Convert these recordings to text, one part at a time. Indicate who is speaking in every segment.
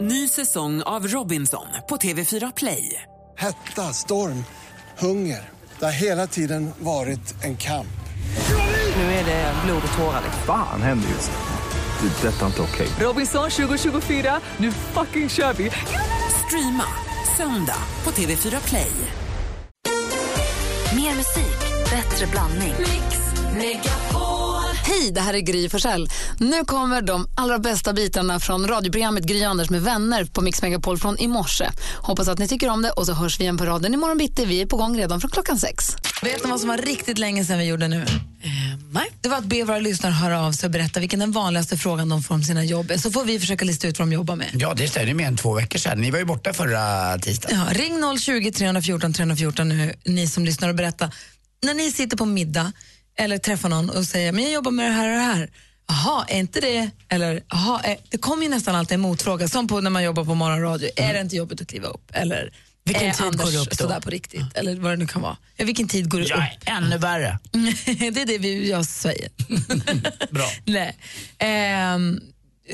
Speaker 1: Ny säsong av Robinson på TV4 Play.
Speaker 2: Hetta, storm, hunger. Det har hela tiden varit en kamp.
Speaker 1: Nu är det blod och tårar. liksom.
Speaker 3: Fan händer just nu. Det. är Detta är inte okej.
Speaker 1: Robinson 2024, nu fucking kör vi! Streama söndag på TV4 Play.
Speaker 4: Mer musik, bättre blandning.
Speaker 5: Hej, det här är Gry Forssell. Nu kommer de allra bästa bitarna från radioprogrammet Gry Anders med vänner på Mix Megapol från i morse. Hoppas att ni tycker om det och så hörs vi igen på raden imorgon bitti. Vi är på gång redan från klockan sex.
Speaker 6: Vet ni vad som var riktigt länge sedan vi gjorde nu? nej. Det var att be våra lyssnare höra av sig och berätta vilken den vanligaste frågan de får om sina jobb är. Så får vi försöka lista ut vad de jobbar med.
Speaker 7: Ja, det är det är mer än två veckor sedan. Ni var ju borta förra tisdagen.
Speaker 6: Ja, ring 020 314 314 nu, ni som lyssnar och berätta. När ni sitter på middag eller träffar någon och säger men jag jobbar med det här och det här. Jaha, är inte det... Eller, aha, är, det kommer ju nästan alltid en motfråga, som på när man jobbar på morgonradio. Är det inte jobbigt att kliva upp? Eller
Speaker 8: Mm. Vilken
Speaker 6: är
Speaker 8: tid går
Speaker 6: Anders
Speaker 8: du upp då?
Speaker 6: sådär på riktigt? Eller vad det nu kan vara. Ja, vilken tid går du
Speaker 8: Jag är
Speaker 6: upp?
Speaker 7: ännu värre.
Speaker 6: Mm. det är det vi, jag säger.
Speaker 7: Bra.
Speaker 6: Nej. Ehm,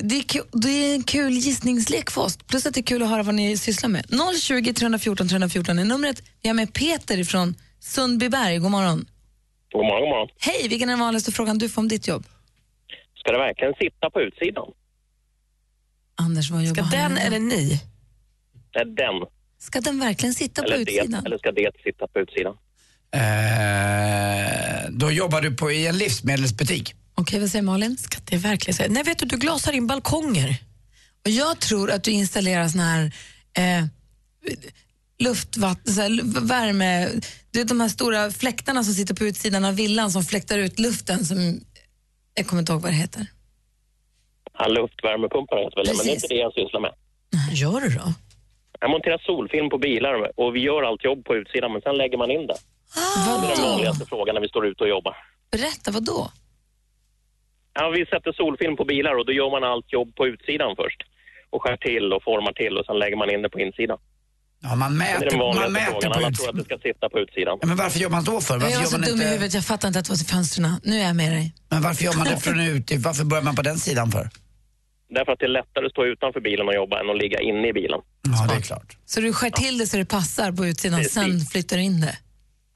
Speaker 6: det, är kul, det är en kul gissningslek för oss. Plus att det är kul att höra vad ni sysslar med. 020 314 314 är numret. Vi har med Peter från Sundbyberg. God morgon.
Speaker 9: God morgon, god morgon.
Speaker 6: Hej, vilken är den vanligaste frågan du får om ditt jobb?
Speaker 9: Ska det verkligen sitta på utsidan?
Speaker 6: Anders, vad jobbar Ska den eller ni?
Speaker 9: Nej, den.
Speaker 6: Ska den verkligen sitta på
Speaker 9: eller,
Speaker 6: utsidan?
Speaker 9: Det, eller ska det sitta på utsidan?
Speaker 7: Eh, då jobbar du på, i en livsmedelsbutik.
Speaker 6: Okej, vad säger Malin? Ska det verkligen säga? Nej, vet du, du glasar in balkonger. Och jag tror att du installerar såna här eh, luftvatten, så här, lu- värme... Du vet de här stora fläktarna som sitter på utsidan av villan som fläktar ut luften som... Jag kommer inte ihåg vad det heter.
Speaker 9: Ja, luftvärmepumpar heter väl det, men det är inte det jag sysslar med.
Speaker 6: Gör du då?
Speaker 9: Jag monterar solfilm på bilar och vi gör allt jobb på utsidan, men sen lägger man in det.
Speaker 6: Ah!
Speaker 9: Det är den vanligaste frågan när vi står ute och jobbar.
Speaker 6: Berätta, vad då?
Speaker 9: Ja, vi sätter solfilm på bilar och då gör man allt jobb på utsidan först. Och skär till och formar till och sen lägger man in det på insidan.
Speaker 7: Ja, man
Speaker 9: det är
Speaker 7: mäter,
Speaker 9: den
Speaker 7: man
Speaker 9: vanligaste
Speaker 7: mäter
Speaker 9: frågan.
Speaker 7: på
Speaker 9: Alla tror att
Speaker 7: utsidan.
Speaker 9: det ska sitta på utsidan.
Speaker 7: Ja, men varför gör man då för? Varför
Speaker 6: jag var
Speaker 7: gör
Speaker 6: så
Speaker 7: man
Speaker 6: dum i huvudet, jag fattar inte att det var till fönstren. Nu är jag med dig.
Speaker 7: men varför gör man det från ute? Varför börjar man på den sidan för?
Speaker 9: Därför att det är lättare att stå utanför bilen och jobba än att ligga inne i bilen.
Speaker 7: Ja, det är klart.
Speaker 6: Så du skär till det så det passar på utsidan,
Speaker 9: Precis.
Speaker 6: sen flyttar du in det.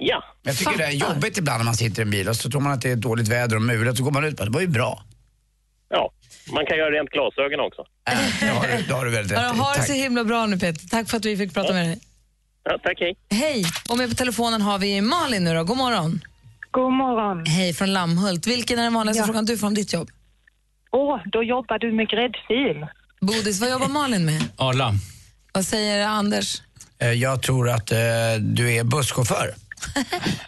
Speaker 9: Ja,
Speaker 7: Jag tycker det är
Speaker 6: Fattar.
Speaker 7: jobbigt ibland när man sitter i en bil och så tror man att det är dåligt väder och mulet så går man ut och bara, det var ju bra.
Speaker 9: ja. Man kan göra rent glasögon också.
Speaker 7: Äh, det, har du, det har du väldigt
Speaker 6: Ja,
Speaker 7: rätt i.
Speaker 6: Ha det
Speaker 7: Tack.
Speaker 6: så himla bra nu Peter. Tack för att vi fick prata med dig.
Speaker 9: Ja, tack, hej.
Speaker 6: Hej! Och med på telefonen har vi Malin nu då. God morgon.
Speaker 10: God morgon.
Speaker 6: Hej från Lammhult. Vilken är den vanligaste frågan du får om ditt jobb?
Speaker 10: Åh, då jobbar du med gräddfil.
Speaker 6: Bodis, vad jobbar Malin med?
Speaker 8: Arla.
Speaker 6: Vad säger Anders?
Speaker 7: Eh, Jag tror att eh, du är busschaufför.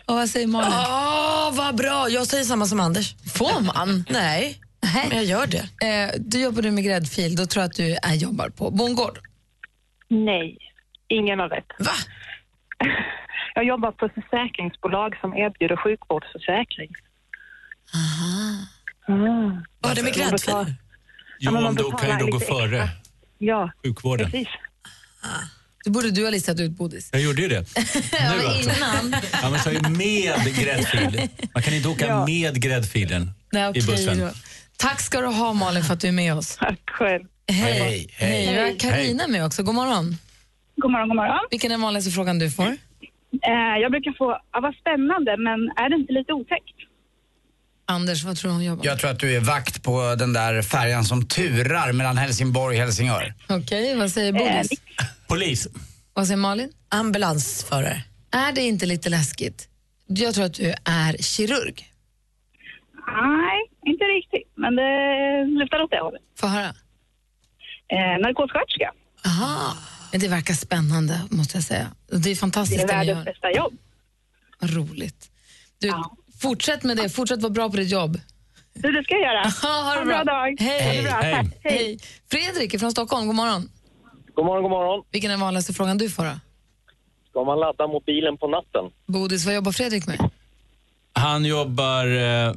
Speaker 6: Och vad säger Malin?
Speaker 8: Åh, vad bra! Jag säger samma som Anders.
Speaker 6: Får man? Nej.
Speaker 8: Men jag gör det.
Speaker 6: Eh, då jobbar du med gräddfil. Då tror jag att du är, jobbar på bondgård.
Speaker 10: Nej, ingen har rätt.
Speaker 8: Va?
Speaker 10: Jag jobbar på ett försäkringsbolag som erbjuder sjukvårdsförsäkring. Mm.
Speaker 8: Vad har det med gräddfil?
Speaker 10: Ja,
Speaker 11: Jo,
Speaker 10: men man
Speaker 11: om då kan
Speaker 10: betalar
Speaker 11: ju då gå
Speaker 10: lite extra.
Speaker 11: före
Speaker 10: Ja,
Speaker 11: sjukvården.
Speaker 10: precis.
Speaker 6: Det borde du ha listat ut, Bodis.
Speaker 11: Jag gjorde ju det. Nu alltså.
Speaker 6: Innan.
Speaker 11: Ja, man sa ju med gräddfil. Man kan inte åka
Speaker 10: Ja.
Speaker 11: med gräddfilen
Speaker 6: Nej,
Speaker 11: i
Speaker 6: okej
Speaker 11: bussen.
Speaker 6: då. Tack ska du ha Malin för att du är med oss.
Speaker 10: Tack själv.
Speaker 7: Hej, hej.
Speaker 6: Vi har Karina med också. God morgon.
Speaker 12: God morgon, god morgon.
Speaker 6: Vilken är den vanligaste frågan du får?
Speaker 12: Eh, jag brukar få, ja, vad spännande, men är det inte lite otäckt?
Speaker 6: Anders, vad tror du hon jobbar med?
Speaker 7: Jag tror att du är vakt på den där färjan som turar mellan Helsingborg och Helsingör.
Speaker 6: Okej, vad
Speaker 12: Eh,
Speaker 6: säger Bodis?
Speaker 11: Polis.
Speaker 6: Vad säger Malin?
Speaker 8: Ambulansförare.
Speaker 6: Är det inte lite läskigt? Jag tror att du är kirurg.
Speaker 12: Nej, inte riktigt, men det lutar åt det hållet.
Speaker 6: Få höra.
Speaker 12: Eh, narkossköterska,
Speaker 6: Aha. Men det verkar spännande, måste jag säga. Det är
Speaker 12: det
Speaker 6: fantastiskt
Speaker 12: är
Speaker 6: det ni
Speaker 12: världens
Speaker 6: gör.
Speaker 12: bästa jobb.
Speaker 6: Vad roligt. Du,
Speaker 12: Ja.
Speaker 6: Fortsätt med det. Fortsätt vara bra på ditt jobb.
Speaker 12: Du, det ska jag göra.
Speaker 6: Ha det
Speaker 12: en bra
Speaker 6: bra.
Speaker 12: dag.
Speaker 6: Hej.
Speaker 12: Ha det bra.
Speaker 11: Hej.
Speaker 12: Tack. Hej.
Speaker 6: Hej. Fredrik är från Stockholm. God morgon.
Speaker 9: God morgon, god morgon.
Speaker 6: Vilken är den vanligaste frågan du får? Då?
Speaker 9: Ska man ladda mobilen på natten?
Speaker 6: Bodis, vad jobbar Fredrik med?
Speaker 11: Han jobbar eh,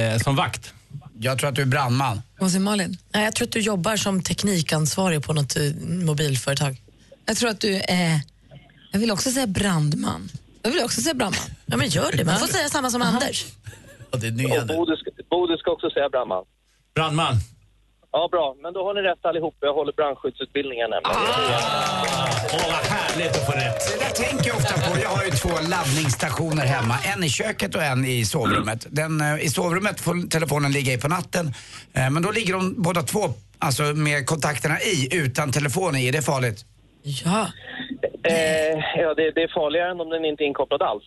Speaker 11: eh, som vakt.
Speaker 7: Jag tror att du är brandman.
Speaker 6: Vad säger Malin?
Speaker 8: Nej, jag tror att du jobbar som teknikansvarig på något eh, mobilföretag.
Speaker 6: Jag tror att du är... Jag vill också säga brandman. Jag vill också säga brandman.
Speaker 8: Ja, men gör det. Man får säga samma som Anders.
Speaker 7: Ja, det är
Speaker 9: Och Bodil ska också säga brandman.
Speaker 11: Brandman.
Speaker 9: Ja, bra. Men då har ni rätt allihop. Jag håller brandskyddsutbildningen nämligen.
Speaker 11: Åh, vad härligt att få rätt.
Speaker 7: Det där tänker jag ofta på. Jag har ju två laddningsstationer hemma. En i köket och en i sovrummet. Den, eh, I sovrummet får telefonen ligga i på natten. Eh, Men då ligger de båda två, alltså med kontakterna i, utan telefon i. Är det farligt?
Speaker 8: Ja.
Speaker 9: Eh, ja, det, det är farligare än om den inte är inkopplad alls.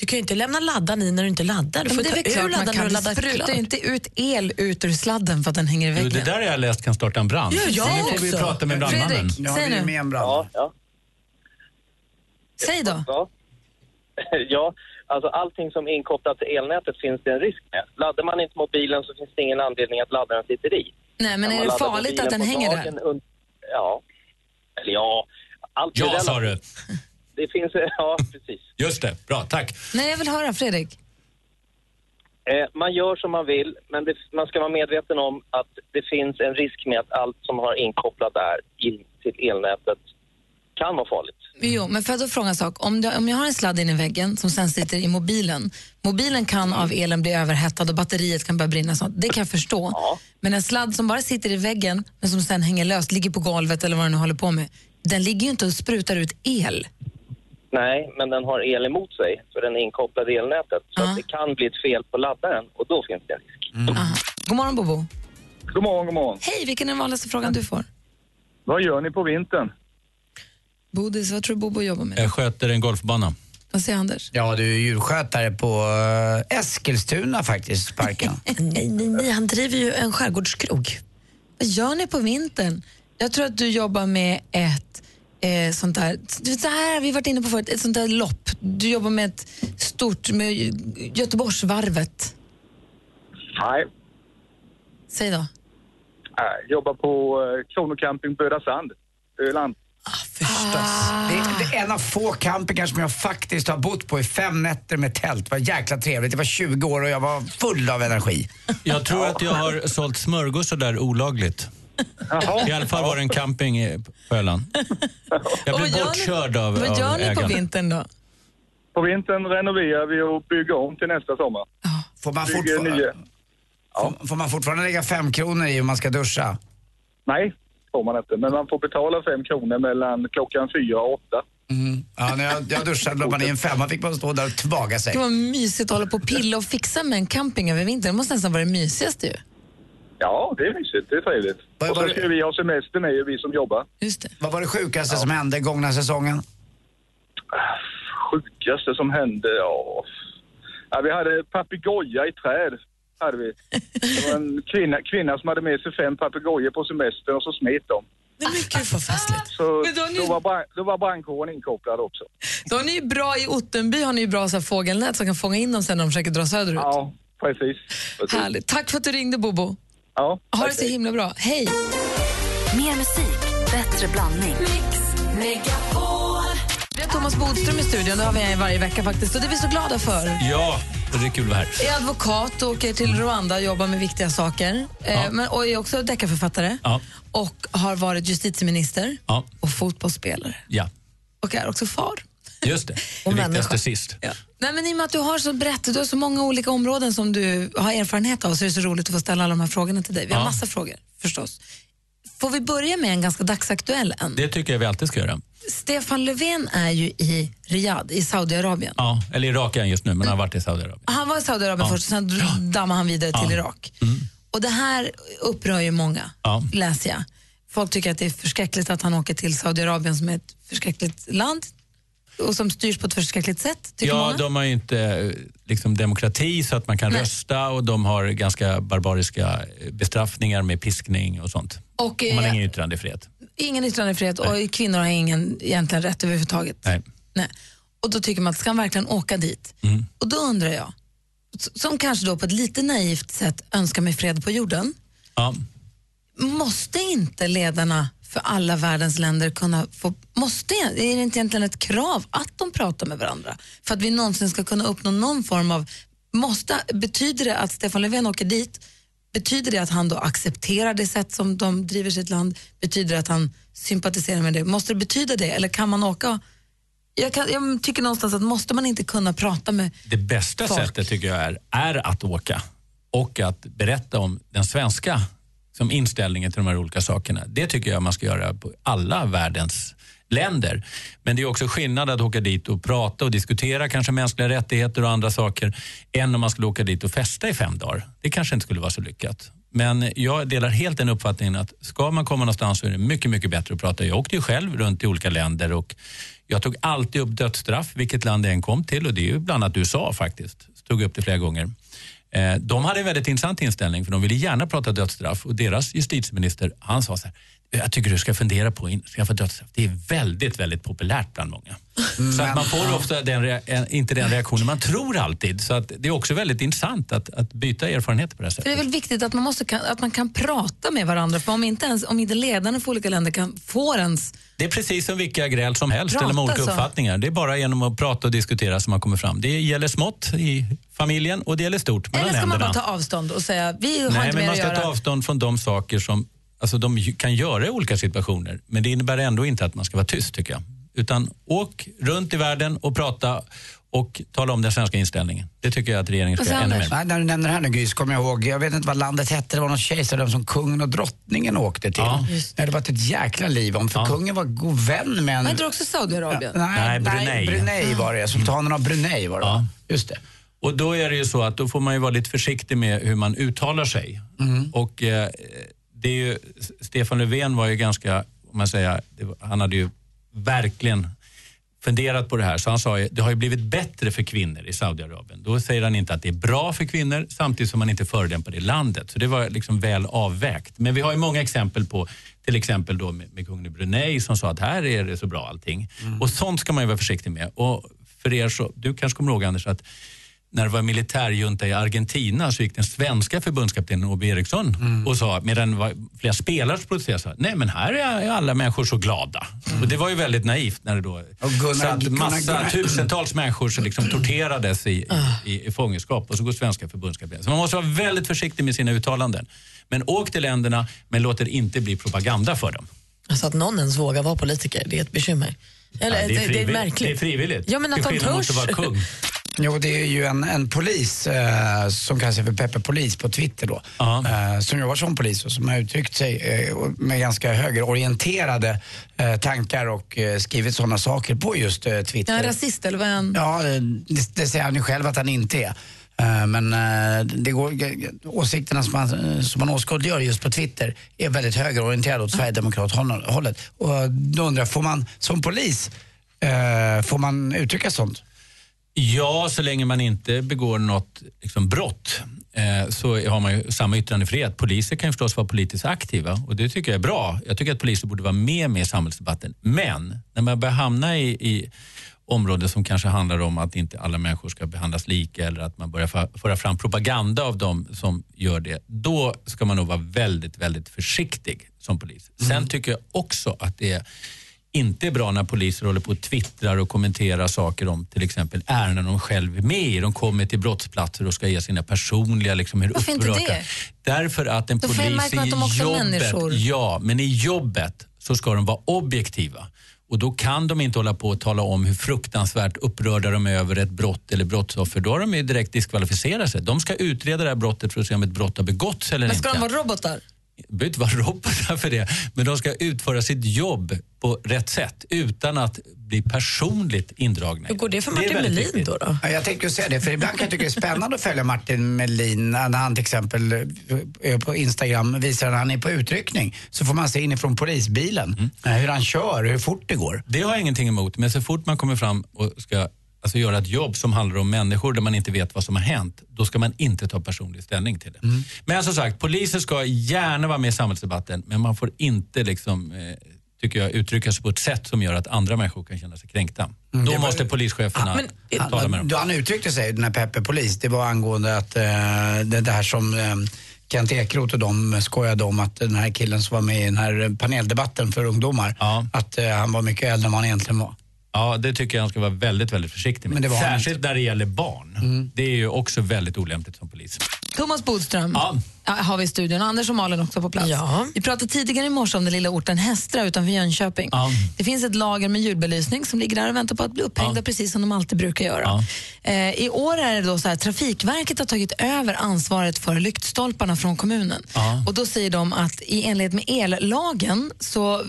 Speaker 8: Du kan ju inte lämna laddaren i när du inte laddar. Du
Speaker 6: Men
Speaker 8: får
Speaker 6: det är
Speaker 8: ta
Speaker 6: väl klart
Speaker 8: ur
Speaker 6: man
Speaker 8: laddaren
Speaker 6: kan.
Speaker 8: och
Speaker 6: Du
Speaker 8: ladda
Speaker 6: sprutar ju
Speaker 8: klart.
Speaker 6: inte ut el ut ur sladden för att den hänger i
Speaker 11: Du,
Speaker 6: väggen.
Speaker 11: det där jag har läst kan starta en brand.
Speaker 6: Ja, jag
Speaker 11: Så Nu får vi
Speaker 6: också.
Speaker 11: prata med brandmannen.
Speaker 6: Fredrik,
Speaker 7: Nu har
Speaker 6: säg
Speaker 7: vi ju
Speaker 6: nu.
Speaker 7: med en brandman.
Speaker 6: Säg då.
Speaker 9: Ja. ja, alltså allting som är inkopplat till elnätet finns det en risk med. Laddar man inte mobilen så finns det ingen anledning att laddaren sitter i.
Speaker 6: Nej, men är
Speaker 9: Kan man
Speaker 6: det
Speaker 9: ladda
Speaker 6: farligt
Speaker 9: mobilen
Speaker 6: att den
Speaker 9: på
Speaker 6: hänger där?
Speaker 9: dagen und- Ja. Eller ja, allt är
Speaker 11: Ja,
Speaker 9: relativt.
Speaker 11: sa du.
Speaker 9: Det finns, ja, precis.
Speaker 11: Just det. Bra, tack.
Speaker 6: Nej, jag vill höra Fredrik.
Speaker 9: Eh, man gör som man vill, men det, man ska vara medveten om att det finns en risk med att allt som har inkopplat där in till elnätet kan vara farligt.
Speaker 6: Jo, men får jag då fråga en sak? Om, du, om jag har en sladd in i väggen som sen sitter i mobilen. Mobilen kan av elen bli överhettad och batteriet kan börja brinna. och Sånt. Det kan jag förstå. Men en sladd som bara sitter i väggen men som sen hänger löst, ligger på golvet eller vad den nu håller på med. Den ligger ju inte och sprutar ut el.
Speaker 9: Nej, men den har el emot sig, för den är inkopplad i elnätet. Så
Speaker 11: Ah.
Speaker 9: att det kan bli ett fel på laddaren och då finns det en risk.
Speaker 6: God morgon Bobo.
Speaker 13: God morgon, god morgon.
Speaker 6: Hej, vilken är den vanligaste frågan du får?
Speaker 13: Vad gör ni på vintern?
Speaker 6: Bodis, vad tror du Bobo jobbar med?
Speaker 11: Jag sköter en golfbana.
Speaker 6: Vad säger Anders?
Speaker 7: Ja, du är djurskötare på eh, Eskilstuna faktiskt, parken.
Speaker 8: Nej, nej, nej, han driver ju en skärgårdskrog.
Speaker 6: Vad gör ni på vintern? Jag tror att du jobbar med ett eh, sånt där, du vet, det här har vi varit inne på förut, ett sånt där lopp. Du jobbar med ett stort, med Gö- Göteborgsvarvet.
Speaker 13: Nej,
Speaker 6: Säg då.
Speaker 13: jag jobbar på eh, Kronocamping Böda Sand, Öland.
Speaker 7: Det är, det är en av få campingar som jag faktiskt har bott på i fem nätter med tält. Det var jäkla trevligt. Det var 20 år och jag var full av energi.
Speaker 11: Jag tror att jag har sålt smörgåsar där olagligt. I alla fall var det en camping i- på Öland. Jag
Speaker 6: Och vad
Speaker 11: blev
Speaker 6: gör ni-
Speaker 11: bortkörd av,
Speaker 6: Vad
Speaker 11: av
Speaker 6: gör ni på
Speaker 11: ägaren.
Speaker 6: vintern då?
Speaker 13: På vintern renoverar vi och bygger om till nästa sommar.
Speaker 7: Får man,
Speaker 13: Bygger nya.
Speaker 7: fortfar- får, får man fortfarande lägga fem kronor i om man ska duscha?
Speaker 13: Nej, får man inte. Men man får betala fem kronor mellan klockan fyra och åtta.
Speaker 7: Ja, när jag, jag duschade la man i en femma fick man stå där och tvaga sig.
Speaker 6: Det var mysigt att hålla på och pilla och fixa med en camping över vintern. Det måste nästan vara det mysigaste ju.
Speaker 13: Ja, det är mysigt. Det är trevligt.
Speaker 7: Vad-
Speaker 13: Och så
Speaker 7: vad-
Speaker 13: ska vi ha semester med, vi som jobbar.
Speaker 6: Just det.
Speaker 7: Vad var det sjukaste som hände gångna säsongen?
Speaker 13: Sjukaste som hände, ja... ja vi hade papegoja i träd. Hade vi. Det var en kvinna, kvinna som hade med sig fem papegojor på semester och så smet de.
Speaker 8: Det är
Speaker 6: Ah,
Speaker 8: mycket förfastligt.
Speaker 13: Så
Speaker 6: Men då har ni-
Speaker 13: då, var brand, då var brandkåren inkopplad också.
Speaker 6: Då har ni ju bra, i Ottenby har ni ju bra så här fågelnät som kan fånga in dem sen när de försöker dra söderut.
Speaker 13: Ja, precis. precis.
Speaker 6: Härligt. Tack för att du ringde Bobo.
Speaker 13: Ja,
Speaker 6: Ha
Speaker 13: tack.
Speaker 6: det så himla bra. Hej!
Speaker 4: Mer musik, bättre blandning.
Speaker 6: Vi har Thomas Bodström i studion, det har vi en varje vecka faktiskt. Och det är vi så glada för.
Speaker 11: Ja, det är kul att vara här.
Speaker 6: Är advokat, åker till Rwanda och jobbar med viktiga saker. Eh, men, och är också deckarförfattare.
Speaker 11: Ja.
Speaker 6: Och har varit justitieminister
Speaker 11: Ja,
Speaker 6: och fotbollsspelare.
Speaker 11: ja.
Speaker 6: Och är också far.
Speaker 11: just det. Det
Speaker 6: människa.
Speaker 11: viktigaste sist.
Speaker 6: Nej, men I och med att du har så brett, du har så många olika områden som du har erfarenhet av så är det så roligt att få ställa alla de här frågorna till dig. Vi har
Speaker 11: Ja.
Speaker 6: massa frågor förstås. Får vi börja med en ganska dagsaktuell en?
Speaker 11: Det tycker jag vi alltid ska göra.
Speaker 6: Stefan Löfven är ju i Riyadh i Saudiarabien.
Speaker 11: Ja, eller Irak är han just nu, men han har varit i Saudiarabien.
Speaker 6: Han var i Saudiarabien
Speaker 11: Ja. Mm.
Speaker 6: först, sen dr- dammade han vidare till Irak. Och det här upprör ju många,
Speaker 11: Ja.
Speaker 6: läser jag. Folk tycker att det är förskräckligt att han åker till Saudiarabien som är ett förskräckligt land och som styrs på ett förskräckligt sätt, tycker
Speaker 11: Ja,
Speaker 6: många.
Speaker 11: de har ju inte eh, liksom, demokrati så att man kan
Speaker 6: Nej.
Speaker 11: rösta och de har ganska barbariska eh, bestraffningar med piskning och sånt.
Speaker 6: Och,
Speaker 11: man
Speaker 6: eh,
Speaker 11: har ingen yttrandefrihet.
Speaker 6: Ingen yttrandefrihet och kvinnor har ingen egentligen rätt överhuvudtaget.
Speaker 11: Nej.
Speaker 6: Nej. Och då tycker man att ska han verkligen åka dit?
Speaker 11: Mm.
Speaker 6: Och då undrar jag, s- som kanske då på ett lite naivt sätt önskar mig fred på jorden,
Speaker 11: Ja.
Speaker 6: måste inte ledarna för alla världens länder kunna få, måste, är det inte egentligen ett krav att de pratar med varandra? För att vi någonsin ska kunna uppnå någon form av, måste, betyder det att Stefan Löfven åker dit, betyder det att han då accepterar det sätt som de driver sitt land, betyder det att han sympatiserar med det, måste det betyda det eller kan man åka jag, kan, jag tycker någonstans att måste man inte kunna prata med...
Speaker 11: Det bästa
Speaker 6: Folk.
Speaker 11: sättet tycker jag är, är att åka och att berätta om den svenska som inställningen till de här olika sakerna. Det tycker jag man ska göra liksom, på alla världens länder. Men det är också skillnad att åka dit och prata och diskutera kanske mänskliga rättigheter och andra saker än om man skulle åka dit och festa i fem dagar. Det kanske inte skulle vara så lyckat. Men jag delar helt den uppfattningen att ska man komma någonstans så är det mycket, mycket bättre att prata. Jag åkte ju själv runt i olika länder och jag tog alltid upp dödsstraff, vilket land jag än kom till och det är ju bland annat USA faktiskt. Så tog jag upp det flera gånger. Eh, De hade en väldigt intressant inställning för de ville gärna prata dödsstraff och deras justitieminister han sa så här, jag tycker du ska fundera på att inskaffa dödsstraff. Det är väldigt, väldigt populärt bland många. Så att man får ofta den rea- eh, inte den reaktionen man tror alltid. Så att det är också väldigt intressant att, att byta erfarenheter på det här
Speaker 6: För det är
Speaker 11: sättet.
Speaker 6: väl viktigt att man, måste kan, att man kan prata med varandra, för om inte, ens, om inte ledarna för olika länder kan, får ens...
Speaker 11: Det är precis som vilka gräl som helst
Speaker 6: Prata
Speaker 11: eller med olika
Speaker 6: så.
Speaker 11: uppfattningar. Det är bara genom att prata och diskutera som man kommer fram. Det gäller smått i familjen och det gäller stort mellan
Speaker 6: Eller ska man
Speaker 11: länderna.
Speaker 6: bara ta avstånd och säga, vi har
Speaker 11: Nej,
Speaker 6: inte
Speaker 11: men
Speaker 6: mer
Speaker 11: man
Speaker 6: att
Speaker 11: ska
Speaker 6: göra.
Speaker 11: ta avstånd från de saker som alltså, de ju- kan göra i olika situationer. Men det innebär ändå inte att man ska vara tyst tycker jag. Utan åk runt i världen och prata och tala om den svenska inställningen. Det tycker jag att regeringen ska göra ännu mer.
Speaker 7: Nej, när du nämner det här nu Gry, så kommer jag ihåg, jag vet inte vad landet hette, det var något kejsardöme som kungen och drottningen åkte till.
Speaker 11: Ja.
Speaker 7: Det hade varit ett jäkla liv om, för kungen var god vän med en...
Speaker 6: Men det är också Saudiarabien.
Speaker 7: Nej, nej, Brunei var det. Sultanen av Brunei var det. va? Just det.
Speaker 11: Och då är det ju så att då får man ju vara lite försiktig med hur man uttalar sig. Och eh, det är ju, Stefan Löfven var ju ganska, om man säger, det var, han hade ju verkligen funderat på det här. Så han sa ju, det har ju blivit bättre för kvinnor i Saudiarabien. Då säger han inte att det är bra för kvinnor samtidigt som man inte förolämpar det landet. Så det var liksom väl avvägt. Men vi har ju många exempel på, till exempel då med, med kungen i Brunei som sa att här är det så bra allting. Och sånt ska man ju vara försiktig med. Och för er så, du kanske kommer ihåg Anders att när det var militärjunta i Argentina så gick den svenska förbundskaptenen O.B. Eriksson och sa, medan det var flera spelare som protesterade, så här, nej men här är alla människor så glada. Och det var ju väldigt naivt när det då
Speaker 7: Gunnar-
Speaker 11: satt
Speaker 7: Gunnar-
Speaker 11: massa,
Speaker 7: Gunnar-
Speaker 11: tusentals människor som liksom torterades i, i, i fångenskap och så går svenska förbundskaptenen. Så man måste vara väldigt försiktig med sina uttalanden. Men åk till länderna, men låt det inte bli propaganda för dem.
Speaker 8: Alltså att någon ens vågar vara politiker, det är ett bekymmer. Eller,
Speaker 11: Ja,
Speaker 8: det, det, är
Speaker 11: frivilligt.
Speaker 8: märkligt.
Speaker 11: Det är frivilligt.
Speaker 8: Ja, men att
Speaker 11: Till
Speaker 8: de
Speaker 11: skillnad mot
Speaker 8: törs.
Speaker 11: att vara kung.
Speaker 7: Jo, det är ju en, en polis eh, som kallar sig för Peppe Polis på Twitter då. Eh, som jobbar som polis och som har uttryckt sig eh, och- med ganska högerorienterade eh, tankar och eh, skrivit sådana saker på just eh,
Speaker 6: Är
Speaker 7: Twitter.
Speaker 6: han rasist eller vad är han?
Speaker 7: Ja, eh, det, det säger han ju själv att han inte är. Eh, Men eh, det går, g- g- åsikterna som man, eh, som man åskådliggör just på Twitter är väldigt högerorienterade åt Sverigedemokrathållet. Och eh, då undrar jag, får man som polis, eh, får man uttrycka sånt?
Speaker 11: Ja, så länge man inte begår något liksom, brott eh, så har man ju samma yttrandefrihet. Poliser kan ju förstås vara politiskt aktiva och det tycker jag är bra. Jag tycker att poliser borde vara med med i samhällsdebatten. Men när man börjar hamna i, i områden som kanske handlar om att inte alla människor ska behandlas lika eller att man börjar fa- föra fram propaganda av dem som gör det, då ska man nog vara väldigt, väldigt försiktig som polis.
Speaker 7: Mm.
Speaker 11: Sen tycker jag också att det är inte är bra när poliser håller på och twittrar och kommenterar saker om till exempel ärenden de själv är med i. De kommer till brottsplatser och ska ge sina personliga, liksom, hur
Speaker 6: Varför inte det?
Speaker 11: Därför att en
Speaker 6: Då får jag
Speaker 11: polis
Speaker 6: märka att de
Speaker 11: i
Speaker 6: också är
Speaker 11: jobbet,
Speaker 6: människor.
Speaker 11: ja, men i jobbet så ska de vara objektiva. Och då kan de inte hålla på och tala om hur fruktansvärt upprörda de är över ett brott eller brottsoffer. Då har de ju direkt diskvalificerat sig. De ska utreda det här brottet för att se om ett brott har begåtts eller
Speaker 6: Men
Speaker 11: inte
Speaker 6: ska de vara robotar?
Speaker 11: behöver inte vara robotar för det, men de ska utföra sitt jobb på rätt sätt utan att bli personligt indragna. i
Speaker 8: Hur går det för
Speaker 11: är
Speaker 8: Martin
Speaker 11: väldigt
Speaker 8: Melin
Speaker 11: viktigt.
Speaker 8: då? då?
Speaker 7: Ja, jag tänkte ju säga det, för ibland kan jag tycka det är spännande att följa Martin Melin när han till exempel eh, på Instagram visar när han är på utryckning. Så får man se inifrån polisbilen
Speaker 11: Mm.
Speaker 7: eh, hur han kör, hur fort det går.
Speaker 11: Det har jag ingenting emot, men så fort man kommer fram och ska alltså, göra ett jobb som handlar om människor där man inte vet vad som har hänt, då ska man inte ta personlig ställning till det. Men som sagt, poliser ska gärna vara med i samhällsdebatten, men man får inte liksom, eh, tycker jag, uttrycka sig på ett sätt som gör att andra människor kan känna sig kränkta. Då måste polischeferna tala med dem.
Speaker 7: Han, han uttryckte sig, den här Peppe Polis, det var angående att eh, det, det här som eh, Kent Ekeroth och de skojade om att den här killen som var med i den här paneldebatten för ungdomar, att eh, han var mycket äldre än vad han egentligen var.
Speaker 11: Ja, det tycker jag han ska vara väldigt, väldigt försiktig med.
Speaker 7: Men det var han
Speaker 11: Särskilt när det gäller barn. Det är ju också väldigt olämpligt som polis.
Speaker 6: Thomas Bodström ja. har vi i studion, Anders och Malin också på plats. Vi pratade tidigare i morse om den lilla orten Hästra utanför Jönköping. Det finns ett lager med julbelysning som ligger där och väntar på att bli upphängda precis som de alltid brukar göra. Eh, I år är det då så här, Trafikverket har tagit över ansvaret för lyktstolparna från kommunen.
Speaker 14: Ja.
Speaker 6: Och då säger de att i enlighet med ellagen så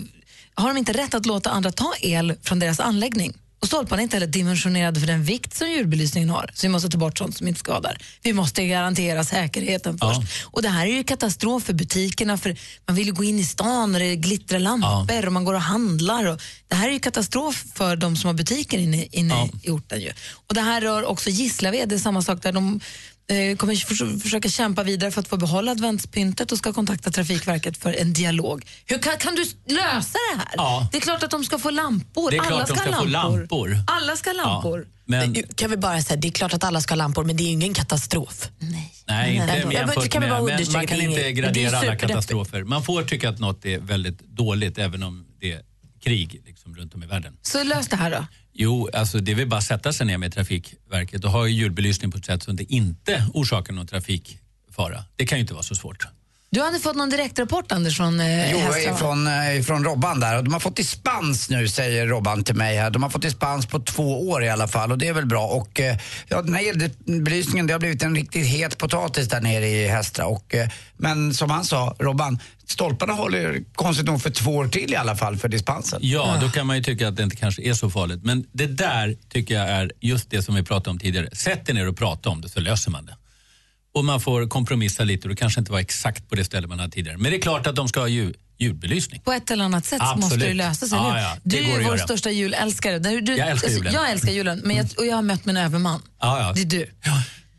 Speaker 6: har de inte rätt att låta andra ta el från deras anläggning. Och stolparna är inte heller dimensionerade för den vikt som julbelysningen har. Så vi måste ta bort sånt som inte skadar. Vi måste garantera säkerheten
Speaker 14: Ja.
Speaker 6: först. Och det här är ju katastrof för butikerna för man vill ju gå in i stan och det glittrar lampor och man går och handlar. Och det här är ju katastrof för de som har butiker inne, inne i orten. Ju. Och det här rör också Gislaved, det är samma sak där de eh, kommer förs- försöka kämpa vidare för att få behålla adventspyntet och ska kontakta Trafikverket för en dialog. Hur kan, kan du lösa det här?
Speaker 11: Ja.
Speaker 6: Det är klart att de ska få lampor.
Speaker 11: Det är
Speaker 6: Alla
Speaker 11: klart de
Speaker 6: ska,
Speaker 11: ska
Speaker 6: ha
Speaker 11: få
Speaker 6: lampor.
Speaker 11: lampor.
Speaker 6: Alla ska ha lampor. Eh,
Speaker 11: Men,
Speaker 8: Kan vi bara säga, det är klart att alla ska ha lampor, men det är ju ingen katastrof.
Speaker 11: nej,
Speaker 8: Nej,
Speaker 11: inte
Speaker 8: men- men
Speaker 11: jämfört
Speaker 8: kan vi
Speaker 11: med...
Speaker 8: bara
Speaker 11: Men
Speaker 8: understryka
Speaker 11: man kan
Speaker 8: att det är
Speaker 11: inte
Speaker 8: inget- det är
Speaker 11: gradera alla
Speaker 8: superdeppigt.
Speaker 11: katastrofer. Man får tycka att något är väldigt dåligt även om det är krig liksom, runt om i världen.
Speaker 6: Så lös det här då.
Speaker 11: Jo, alltså det vill bara sätta sig ner med Trafikverket och ha ju julbelysning på ett sätt som det inte orsakar någon trafikfara. Det kan ju inte vara så svårt.
Speaker 6: Du hade fått någon direktrapport Anders från eh,
Speaker 7: Jo,
Speaker 6: Hästra, va?
Speaker 7: från, eh, från Robban där. Och de har fått dispens nu, säger Robban till mig här. De har fått dispens på två år i alla fall och det är väl bra. Och eh, ja, den här elbelysningen, det har blivit en riktigt het potatis där nere i Hästra. Och, eh, men som han sa, Robban, stolparna håller konstigt nog för två år till i alla fall för dispensen.
Speaker 11: Ja, då kan man ju tycka att det inte kanske är så farligt. Men det där tycker jag är just det som vi pratade om tidigare. Sätt er ner och prata om det så löser man det. Och man får kompromissa lite och det kanske inte var exakt på det ställe man hade tidigare. Men det är klart att de ska ha ljud, ljudbelysning.
Speaker 6: På ett eller annat sätt så måste
Speaker 11: Absolut.
Speaker 6: det lösa sig.
Speaker 11: Ja,
Speaker 6: eller hur?
Speaker 11: ja, det
Speaker 6: du
Speaker 11: går
Speaker 6: är
Speaker 11: att
Speaker 6: ju vår
Speaker 11: göra.
Speaker 6: största julälskare. Du, du,
Speaker 11: Jag
Speaker 6: alltså,
Speaker 11: älskar julen.
Speaker 6: Jag älskar julen men jag, och jag har mött min överman.
Speaker 11: Ja, ja.
Speaker 6: Det är du.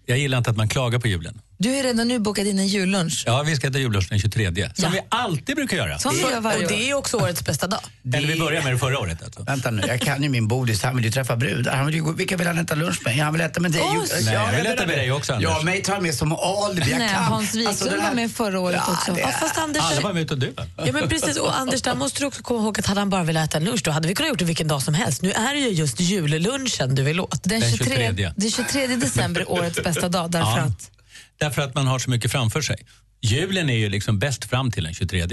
Speaker 11: Jag gillar inte att man klagar på julen.
Speaker 6: Du har redan nu bokat in en jullunch.
Speaker 11: Ja, vi ska äta jullunch den 23. Som vi alltid brukar göra.
Speaker 6: Som vi gör varje
Speaker 8: Och det är också årets bästa dag.
Speaker 11: Eller vi började med det förra året. Alltså.
Speaker 7: Vänta nu, jag kan ju min bodis. Han vill ju träffa brudar. Han vill ju, gå- vilka vill han äta lunch med? Han vill äta med dig.
Speaker 11: Åh,
Speaker 7: Jo,
Speaker 11: så- Nej, jag vill äta med dig också, Anders.
Speaker 7: Ja, mig tar han med som alibi. Jag
Speaker 6: Nej,
Speaker 7: kan.
Speaker 6: Hans Wiklund
Speaker 7: Alltså, den här-
Speaker 6: var med förra året också.
Speaker 8: Ja, fast Anders,
Speaker 11: Alla var med utom du.
Speaker 8: Ja, men precis. Och Anders, där måste du också komma ihåg att hade han bara velat äta lunch, då hade vi kunnat gjort det vilken dag som helst. Nu är det ju just jullunchen du vill åt.
Speaker 6: Den 23, den 23 december är årets bästa dag därför
Speaker 11: Ja.
Speaker 6: att
Speaker 11: Därför att man har så mycket framför sig. Julen är ju liksom bäst fram till den 23.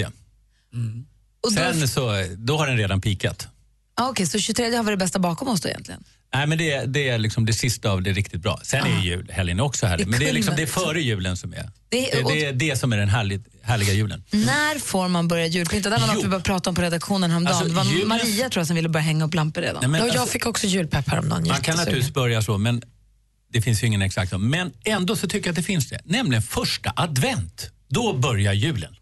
Speaker 6: Och då-
Speaker 11: Sen så, då har den redan pikat.
Speaker 6: Ah, Okej, så 23 har vi det bästa bakom oss då egentligen?
Speaker 11: Nej, men det, är- det är liksom det sista av det riktigt bra. Sen
Speaker 7: Ah.
Speaker 11: är ju julhelgen också härlig.
Speaker 6: Det är
Speaker 11: Men det är, liksom, det är
Speaker 6: kulmen.
Speaker 11: före julen som är.
Speaker 6: Det
Speaker 11: Det,
Speaker 6: är-
Speaker 11: det, är det som är den härligt, härliga julen.
Speaker 6: När får man börja julpynta? Det var något vi började prata om på redaktionen häromdagen.
Speaker 11: Alltså,
Speaker 6: det var
Speaker 11: julen-
Speaker 6: Maria tror jag som ville börja hänga upp lampor redan.
Speaker 11: Nej, men Ja, jag alltså-
Speaker 8: fick också julpepp häromdagen.
Speaker 11: Man kan naturligtvis börja så, men det finns ju ingen exakt dag. Men ändå så tycker jag att det finns det. Nämligen första advent. Då börjar julen.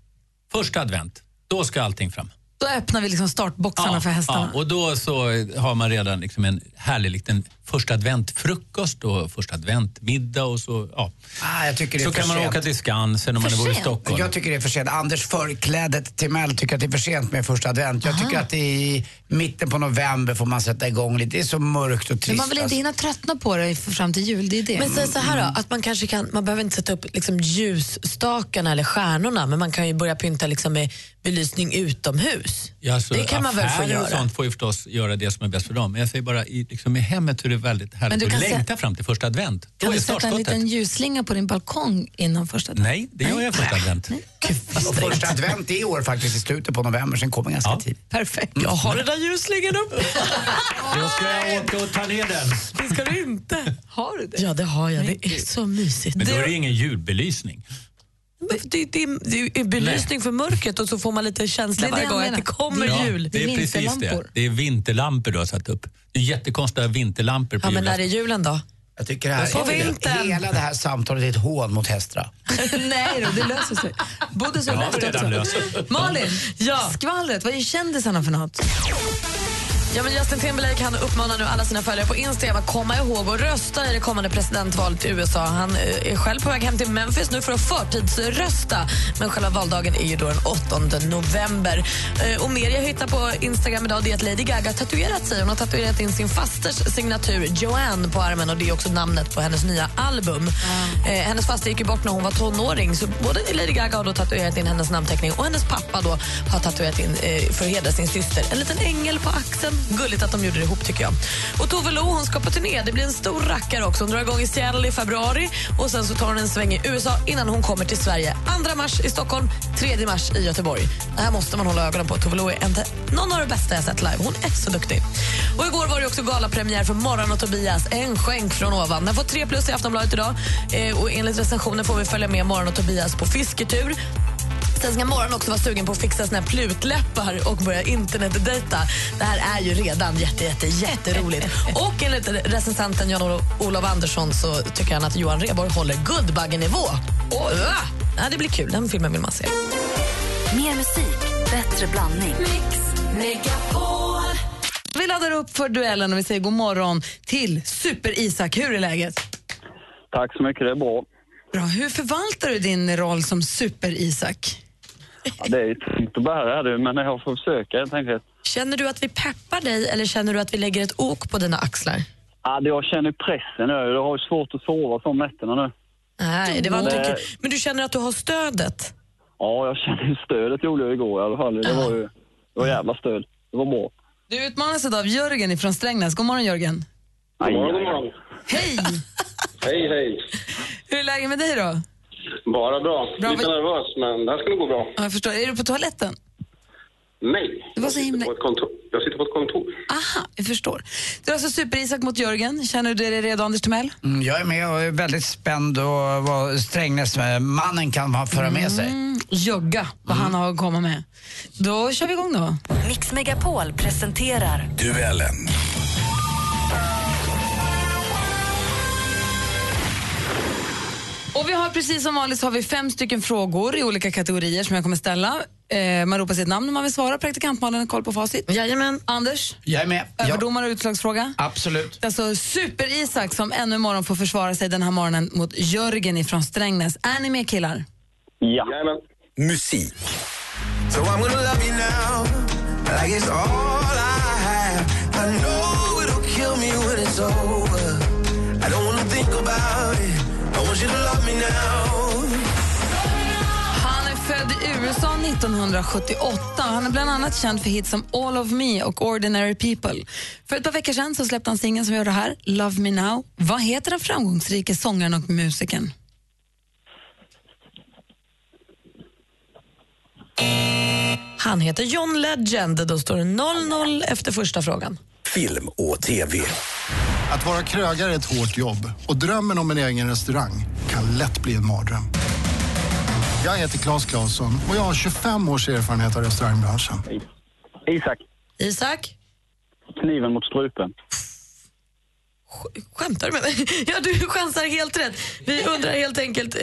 Speaker 11: Första advent. Då ska allting fram.
Speaker 6: Då öppnar vi liksom startboxarna för hästarna.
Speaker 11: Ja, och då så har man redan liksom en härlig liten första adventfrukost och första adventmiddag och så, ja.
Speaker 7: Ah, jag tycker det är
Speaker 11: Så
Speaker 7: för
Speaker 11: kan man
Speaker 7: sent.
Speaker 11: åka till Skansen om man bor i Stockholm.
Speaker 7: Jag tycker det är för sent. Anders förklädet till Mell tycker att det är för sent med första advent. Jag
Speaker 11: Ah.
Speaker 7: tycker att det är i mitten på november får man sätta igång lite. Det är så mörkt och trist. alltså.
Speaker 6: Men man vill inte hinna tröttna på det f- fram till jul, det är det.
Speaker 8: alltså. Men sen så här då, att man kanske kan, man behöver inte sätta upp liksom ljusstakarna eller stjärnorna, men man kan ju börja pynta liksom med belysning utomhus.
Speaker 11: Ja, så
Speaker 8: det kan man väl få
Speaker 11: affärer
Speaker 8: göra?
Speaker 11: och sånt får ju förstås göra det som är bäst för dem. Men jag säger bara i, liksom, i hemmet hur det är väldigt
Speaker 6: Men
Speaker 11: härligt
Speaker 6: du
Speaker 11: att
Speaker 6: kan
Speaker 11: längta
Speaker 6: sä-
Speaker 11: fram till första advent. Då
Speaker 6: Kan
Speaker 11: är
Speaker 6: du sätta en
Speaker 11: startskottet.
Speaker 6: liten ljusslinga på din balkong innan första dagen?
Speaker 11: Nej, det gör jag första advent.
Speaker 7: Och första advent i år faktiskt i slutet på november, sen kommer ganska tidigt.
Speaker 6: Perfekt.
Speaker 11: Mm.
Speaker 8: Jag har den där ljusslingan uppe.
Speaker 11: Då ska jag åka och ta ner den.
Speaker 8: Det ska du inte.
Speaker 6: Har du det?
Speaker 8: Ja, det har jag. Det är så mysigt.
Speaker 11: Men då är det ingen julbelysning.
Speaker 8: Men Det, det, det, är belysning för mörkret och så får man lite känsla
Speaker 6: Det är det
Speaker 8: varje
Speaker 6: jag
Speaker 8: gång att
Speaker 6: menar.
Speaker 8: det kommer
Speaker 11: Ja,
Speaker 8: jul.
Speaker 11: Det är precis det. Det är vinterlampor du har satt upp. Det är jättekonstiga vinterlampor på
Speaker 8: Ja, men när
Speaker 11: julafton.
Speaker 8: är julen då?
Speaker 7: Jag tycker det här, typ
Speaker 8: På vintern.
Speaker 7: hela det här samtalet är ett hån mot Hästra.
Speaker 6: Nej då, det löser sig. Bodis
Speaker 7: Det
Speaker 6: har
Speaker 7: har vi
Speaker 6: löst
Speaker 7: redan
Speaker 6: också.
Speaker 7: löst.
Speaker 6: Malin, ja. skvallret, vad är kändisarna för något?
Speaker 8: Ja, men Justin Timberlake han uppmanar nu alla sina följare på Instagram att komma ihåg och rösta i det kommande presidentvalet i USA. Han eh, är själv på väg hem till Memphis nu för att förtidsrösta. Men själva valdagen är ju då den 8 november. Eh, Och mer jag hittar på Instagram idag det är att Lady Gaga har tatuerat sig. Hon har tatuerat in sin fasters signatur Joanne på armen och det är också namnet på hennes nya album. Eh, hennes faster gick ju bort när hon var tonåring så både Lady Gaga har då tatuerat in hennes namnteckning och hennes pappa då har tatuerat in eh, för att hedra sin syster en liten ängel på axeln
Speaker 15: Gulligt att de gjorde det ihop tycker jag. Och Tove Lo hon ska på turné. Det blir en stor rackare också. Hon drar igång i Seattle i februari och sen så tar hon en sväng i USA innan hon kommer till Sverige. 2 mars i Stockholm, 3 mars i Göteborg. Det här måste man hålla ögonen på. Tove Lo är inte någon av det bästa jag sett live. Hon är så duktig. Och igår var det också galapremiär för Morran och Tobias. En skänk från ovan. Den får 3 plus i Aftonbladet idag. Eh, och enligt recensionen får vi följa med Morran och Tobias på fisketur. Sen ska morgon också vara sugen på att fixa sina plutläppar och börja internetdejta. Det här är ju redan jätte, jätte, jätteroligt. Och enligt recensenten Jan-Olof Andersson så tycker han att Johan Rheborg håller Guldbaggenivå. Oj! Ja, det blir kul. Den filmen vill man se.
Speaker 4: Mer musik, bättre blandning. Mix Megapol.
Speaker 6: Vi laddar upp för duellen och vi säger god morgon till Super-Isak. Hur är läget?
Speaker 13: Tack så mycket, det är bra.
Speaker 6: Bra. Hur förvaltar du din roll som Super-Isak?
Speaker 13: Ja, det är ju tungt att bära det, men jag får försöka helt enkelt.
Speaker 15: Känner du att vi peppar dig eller känner du att vi lägger ett ok på dina axlar?
Speaker 13: Ja, det- jag känner pressen nu. Jag har ju svårt att sova på nätterna nu.
Speaker 15: Nej, det var inte
Speaker 13: Nej.
Speaker 15: kul. Men du känner att du har stödet?
Speaker 13: Ja, jag känner ju stödet gjorde jag igår i alla fall. Det var ju det var jävla stöd. Det var bra.
Speaker 6: Du utmanas idag av Jörgen ifrån Strängnäs. God morgon Jörgen.
Speaker 13: Aj, aj, aj.
Speaker 6: Hej!
Speaker 16: Hej, hej.
Speaker 6: Hur är läget med dig då?
Speaker 16: Bara bra.
Speaker 6: Bra,
Speaker 16: Lite
Speaker 6: vad-
Speaker 16: nervös, men det här ska nog gå bra.
Speaker 6: Ja, Jag förstår. Är du på toaletten?
Speaker 16: Nej.
Speaker 6: Det var så himla...
Speaker 16: På ett kontor. Jag sitter på ett kontor.
Speaker 6: Aha, jag förstår. Du är alltså Super-Isak mot Jörgen. Känner du dig redo Anders Timell?
Speaker 17: Mm, jag är med och är väldigt spänd och vad Strängnäsmannen kan ha föra med sig.
Speaker 15: Mm.
Speaker 6: Mm, Jogga, vad han har att komma med. Mm. Då kör vi igång då.
Speaker 4: Mix Megapol presenterar
Speaker 11: Duellen.
Speaker 6: Och vi har precis som vanligt så har vi fem stycken frågor i olika kategorier som jag kommer ställa. Eh, man ropar sitt namn när man vill svara. Praktikantmannen har koll på facit.
Speaker 15: Jajamän.
Speaker 6: Anders?
Speaker 17: Jag är med. Ja,
Speaker 6: Överdomare och utslagsfråga?
Speaker 17: absolut.
Speaker 6: Alltså Super-Isak som ännu imorgon får försvara sig den här morgonen mot Jörgen ifrån Strängnäs. Är ni med killar?
Speaker 16: Ja.
Speaker 11: Musik. So I'm gonna love you now like it's all I have. I know it'll kill me when it's over. I don't wanna think about it. I want you to love me now.
Speaker 6: Han är född i USA 1978. Han är bland annat känd för hits som All of me och Ordinary people. För ett par veckor sedan så släppte han singeln som vi hörde här, Love me now. Vad heter den framgångsrike sångaren och musikern?
Speaker 15: Han heter John Legend. Då står det 0-0 efter första frågan.
Speaker 11: Film och TV.
Speaker 7: Att vara krögare är ett hårt jobb och drömmen om en egen restaurang kan lätt bli en mardröm. Jag heter Claes Claesson och jag har 25 års erfarenhet av restaurangbranschen.
Speaker 13: Isak,
Speaker 15: Isak?
Speaker 13: kniven mot strupen.
Speaker 15: Skämtar du med mig? Ja, du chansar helt rätt. Vi undrar helt enkelt eh,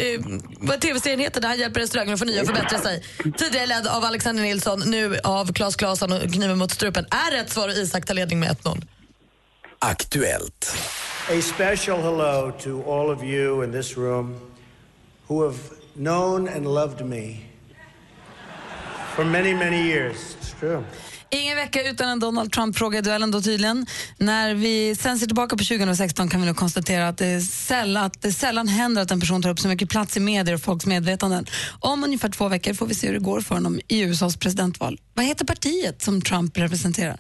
Speaker 15: vad tv-serien heter där han hjälper restaurangen att förnya och förbättra sig. Tidigare ledd av Alexander Nilsson, nu av Claes Claesson och Kniven mot strupen. Är rätt svar och Isak tar ledning med 1-0.
Speaker 11: Aktuellt.
Speaker 2: A special hello to all of you in this room who have known and loved me for many, many years. It's true.
Speaker 6: Ingen vecka utan en Donald Trump-fråga i duellen då tydligen. När vi sen ser tillbaka på 2016 kan vi nog konstatera att det, sällan, att det sällan händer att en person tar upp så mycket plats i medier och folks medvetanden. Om ungefär två veckor får vi se hur det går för honom i USAs presidentval. Vad heter partiet som Trump representerar?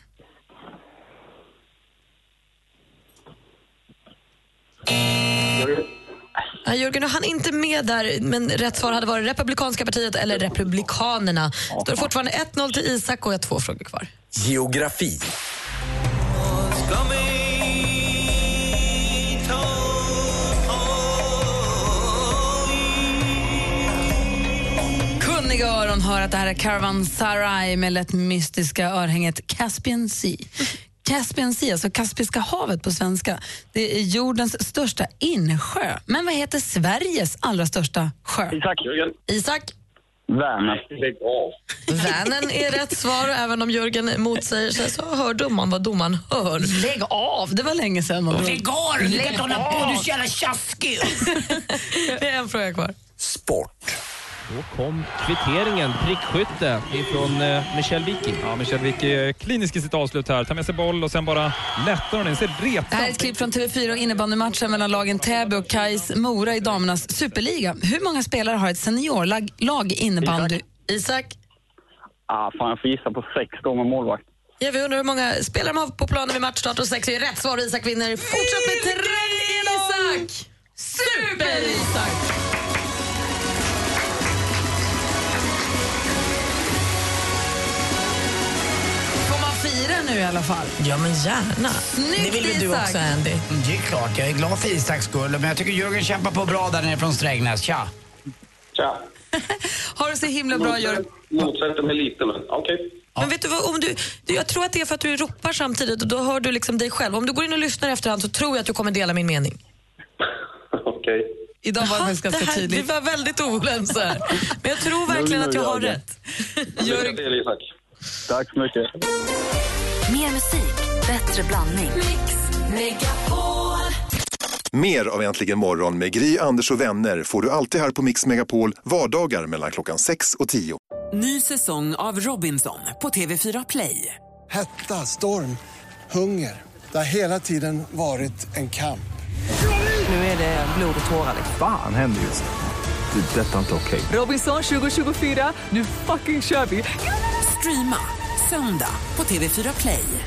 Speaker 15: Ja, Jörgen, du hann inte med där, men rätt svar hade varit Republikanska partiet eller Republikanerna. Står fortfarande 1-0 till Isak och jag har två frågor kvar.
Speaker 11: Geografi.
Speaker 6: Kunniga öron hör att det här är Caravan Sarai med lätt mystiska örhänget Caspian Sea. Caspian Sea, alltså Kaspiska havet på svenska. Det är jordens största insjö. Men vad heter Sveriges allra största sjö?
Speaker 13: Isak. Jörgen.
Speaker 15: Isak?
Speaker 13: Värner.
Speaker 16: Lägg av.
Speaker 15: Vänern är rätt svar och även om Jörgen motsäger sig så hör domaren vad domaren hör.
Speaker 6: Lägg av! Det var länge sedan. man-
Speaker 15: Lägg av! Du kan inte hålla på, du är så jävla
Speaker 17: tjaskig!
Speaker 6: Det är en fråga kvar.
Speaker 11: Sport.
Speaker 9: Då kom kvitteringen, prickskytte ifrån eh, Michel Wiki. Ja, Michel Wiki är klinisk i sitt avslut här. Tar med sig boll och sen bara lättar hon den. Ser
Speaker 6: Det här är
Speaker 9: retan.
Speaker 6: ett klipp från TV4 och innebandymatchen mellan lagen Täby och Kais Mora i damernas superliga. Hur många spelare har ett seniorlag lag i innebandy?
Speaker 15: Isak?
Speaker 13: Ah, fan, jag får gissa på sex då med målvakt.
Speaker 6: Ja, vi undrar hur många spelare de har på planen vid matchstart och sex är ju rätt svar. Isak vinner fortsatt med tre Isak! Super-Isak!
Speaker 18: Får man fira nu i alla fall? Ja, men gärna.
Speaker 6: Snyggt,
Speaker 18: det vill väl du
Speaker 6: Isak.
Speaker 18: också, Andy?
Speaker 7: Mm, Det är klart, jag är glad för Isaks skull. Men jag tycker Jörgen kämpar på bra där nere från Strängnäs. Tja!
Speaker 13: Tja.
Speaker 6: Har det så himla bra, Jörgen.
Speaker 13: Motsätter mig lite, men okej.
Speaker 6: Men vet du vad, om du, du, jag tror att det är för att du ropar samtidigt och då hör du liksom dig själv. Om du går in och lyssnar efterhand så tror jag att du kommer dela min mening.
Speaker 13: Okej.
Speaker 6: Idag var det faktiskt
Speaker 18: ganska
Speaker 6: tydligt. Det var väldigt olämst här. Men jag tror verkligen att jag har rätt.
Speaker 9: Lycka till Isak. Tack så mycket.
Speaker 4: Mer musik, bättre blandning. Mix Megapol.
Speaker 19: Mer av Äntligen morgon med Gry, Anders och vänner får du alltid här på Mix Megapol vardagar mellan klockan 6 och 10.
Speaker 1: Ny säsong av Robinson på TV4 Play.
Speaker 2: Hetta, storm, hunger. Det har hela tiden varit en kamp.
Speaker 1: Nu är det blod och tårar.
Speaker 20: Fan händer just det. Det är detta inte okej.
Speaker 1: Robinson 2024, nu fucking kör vi! Streama söndag på TV4 Play.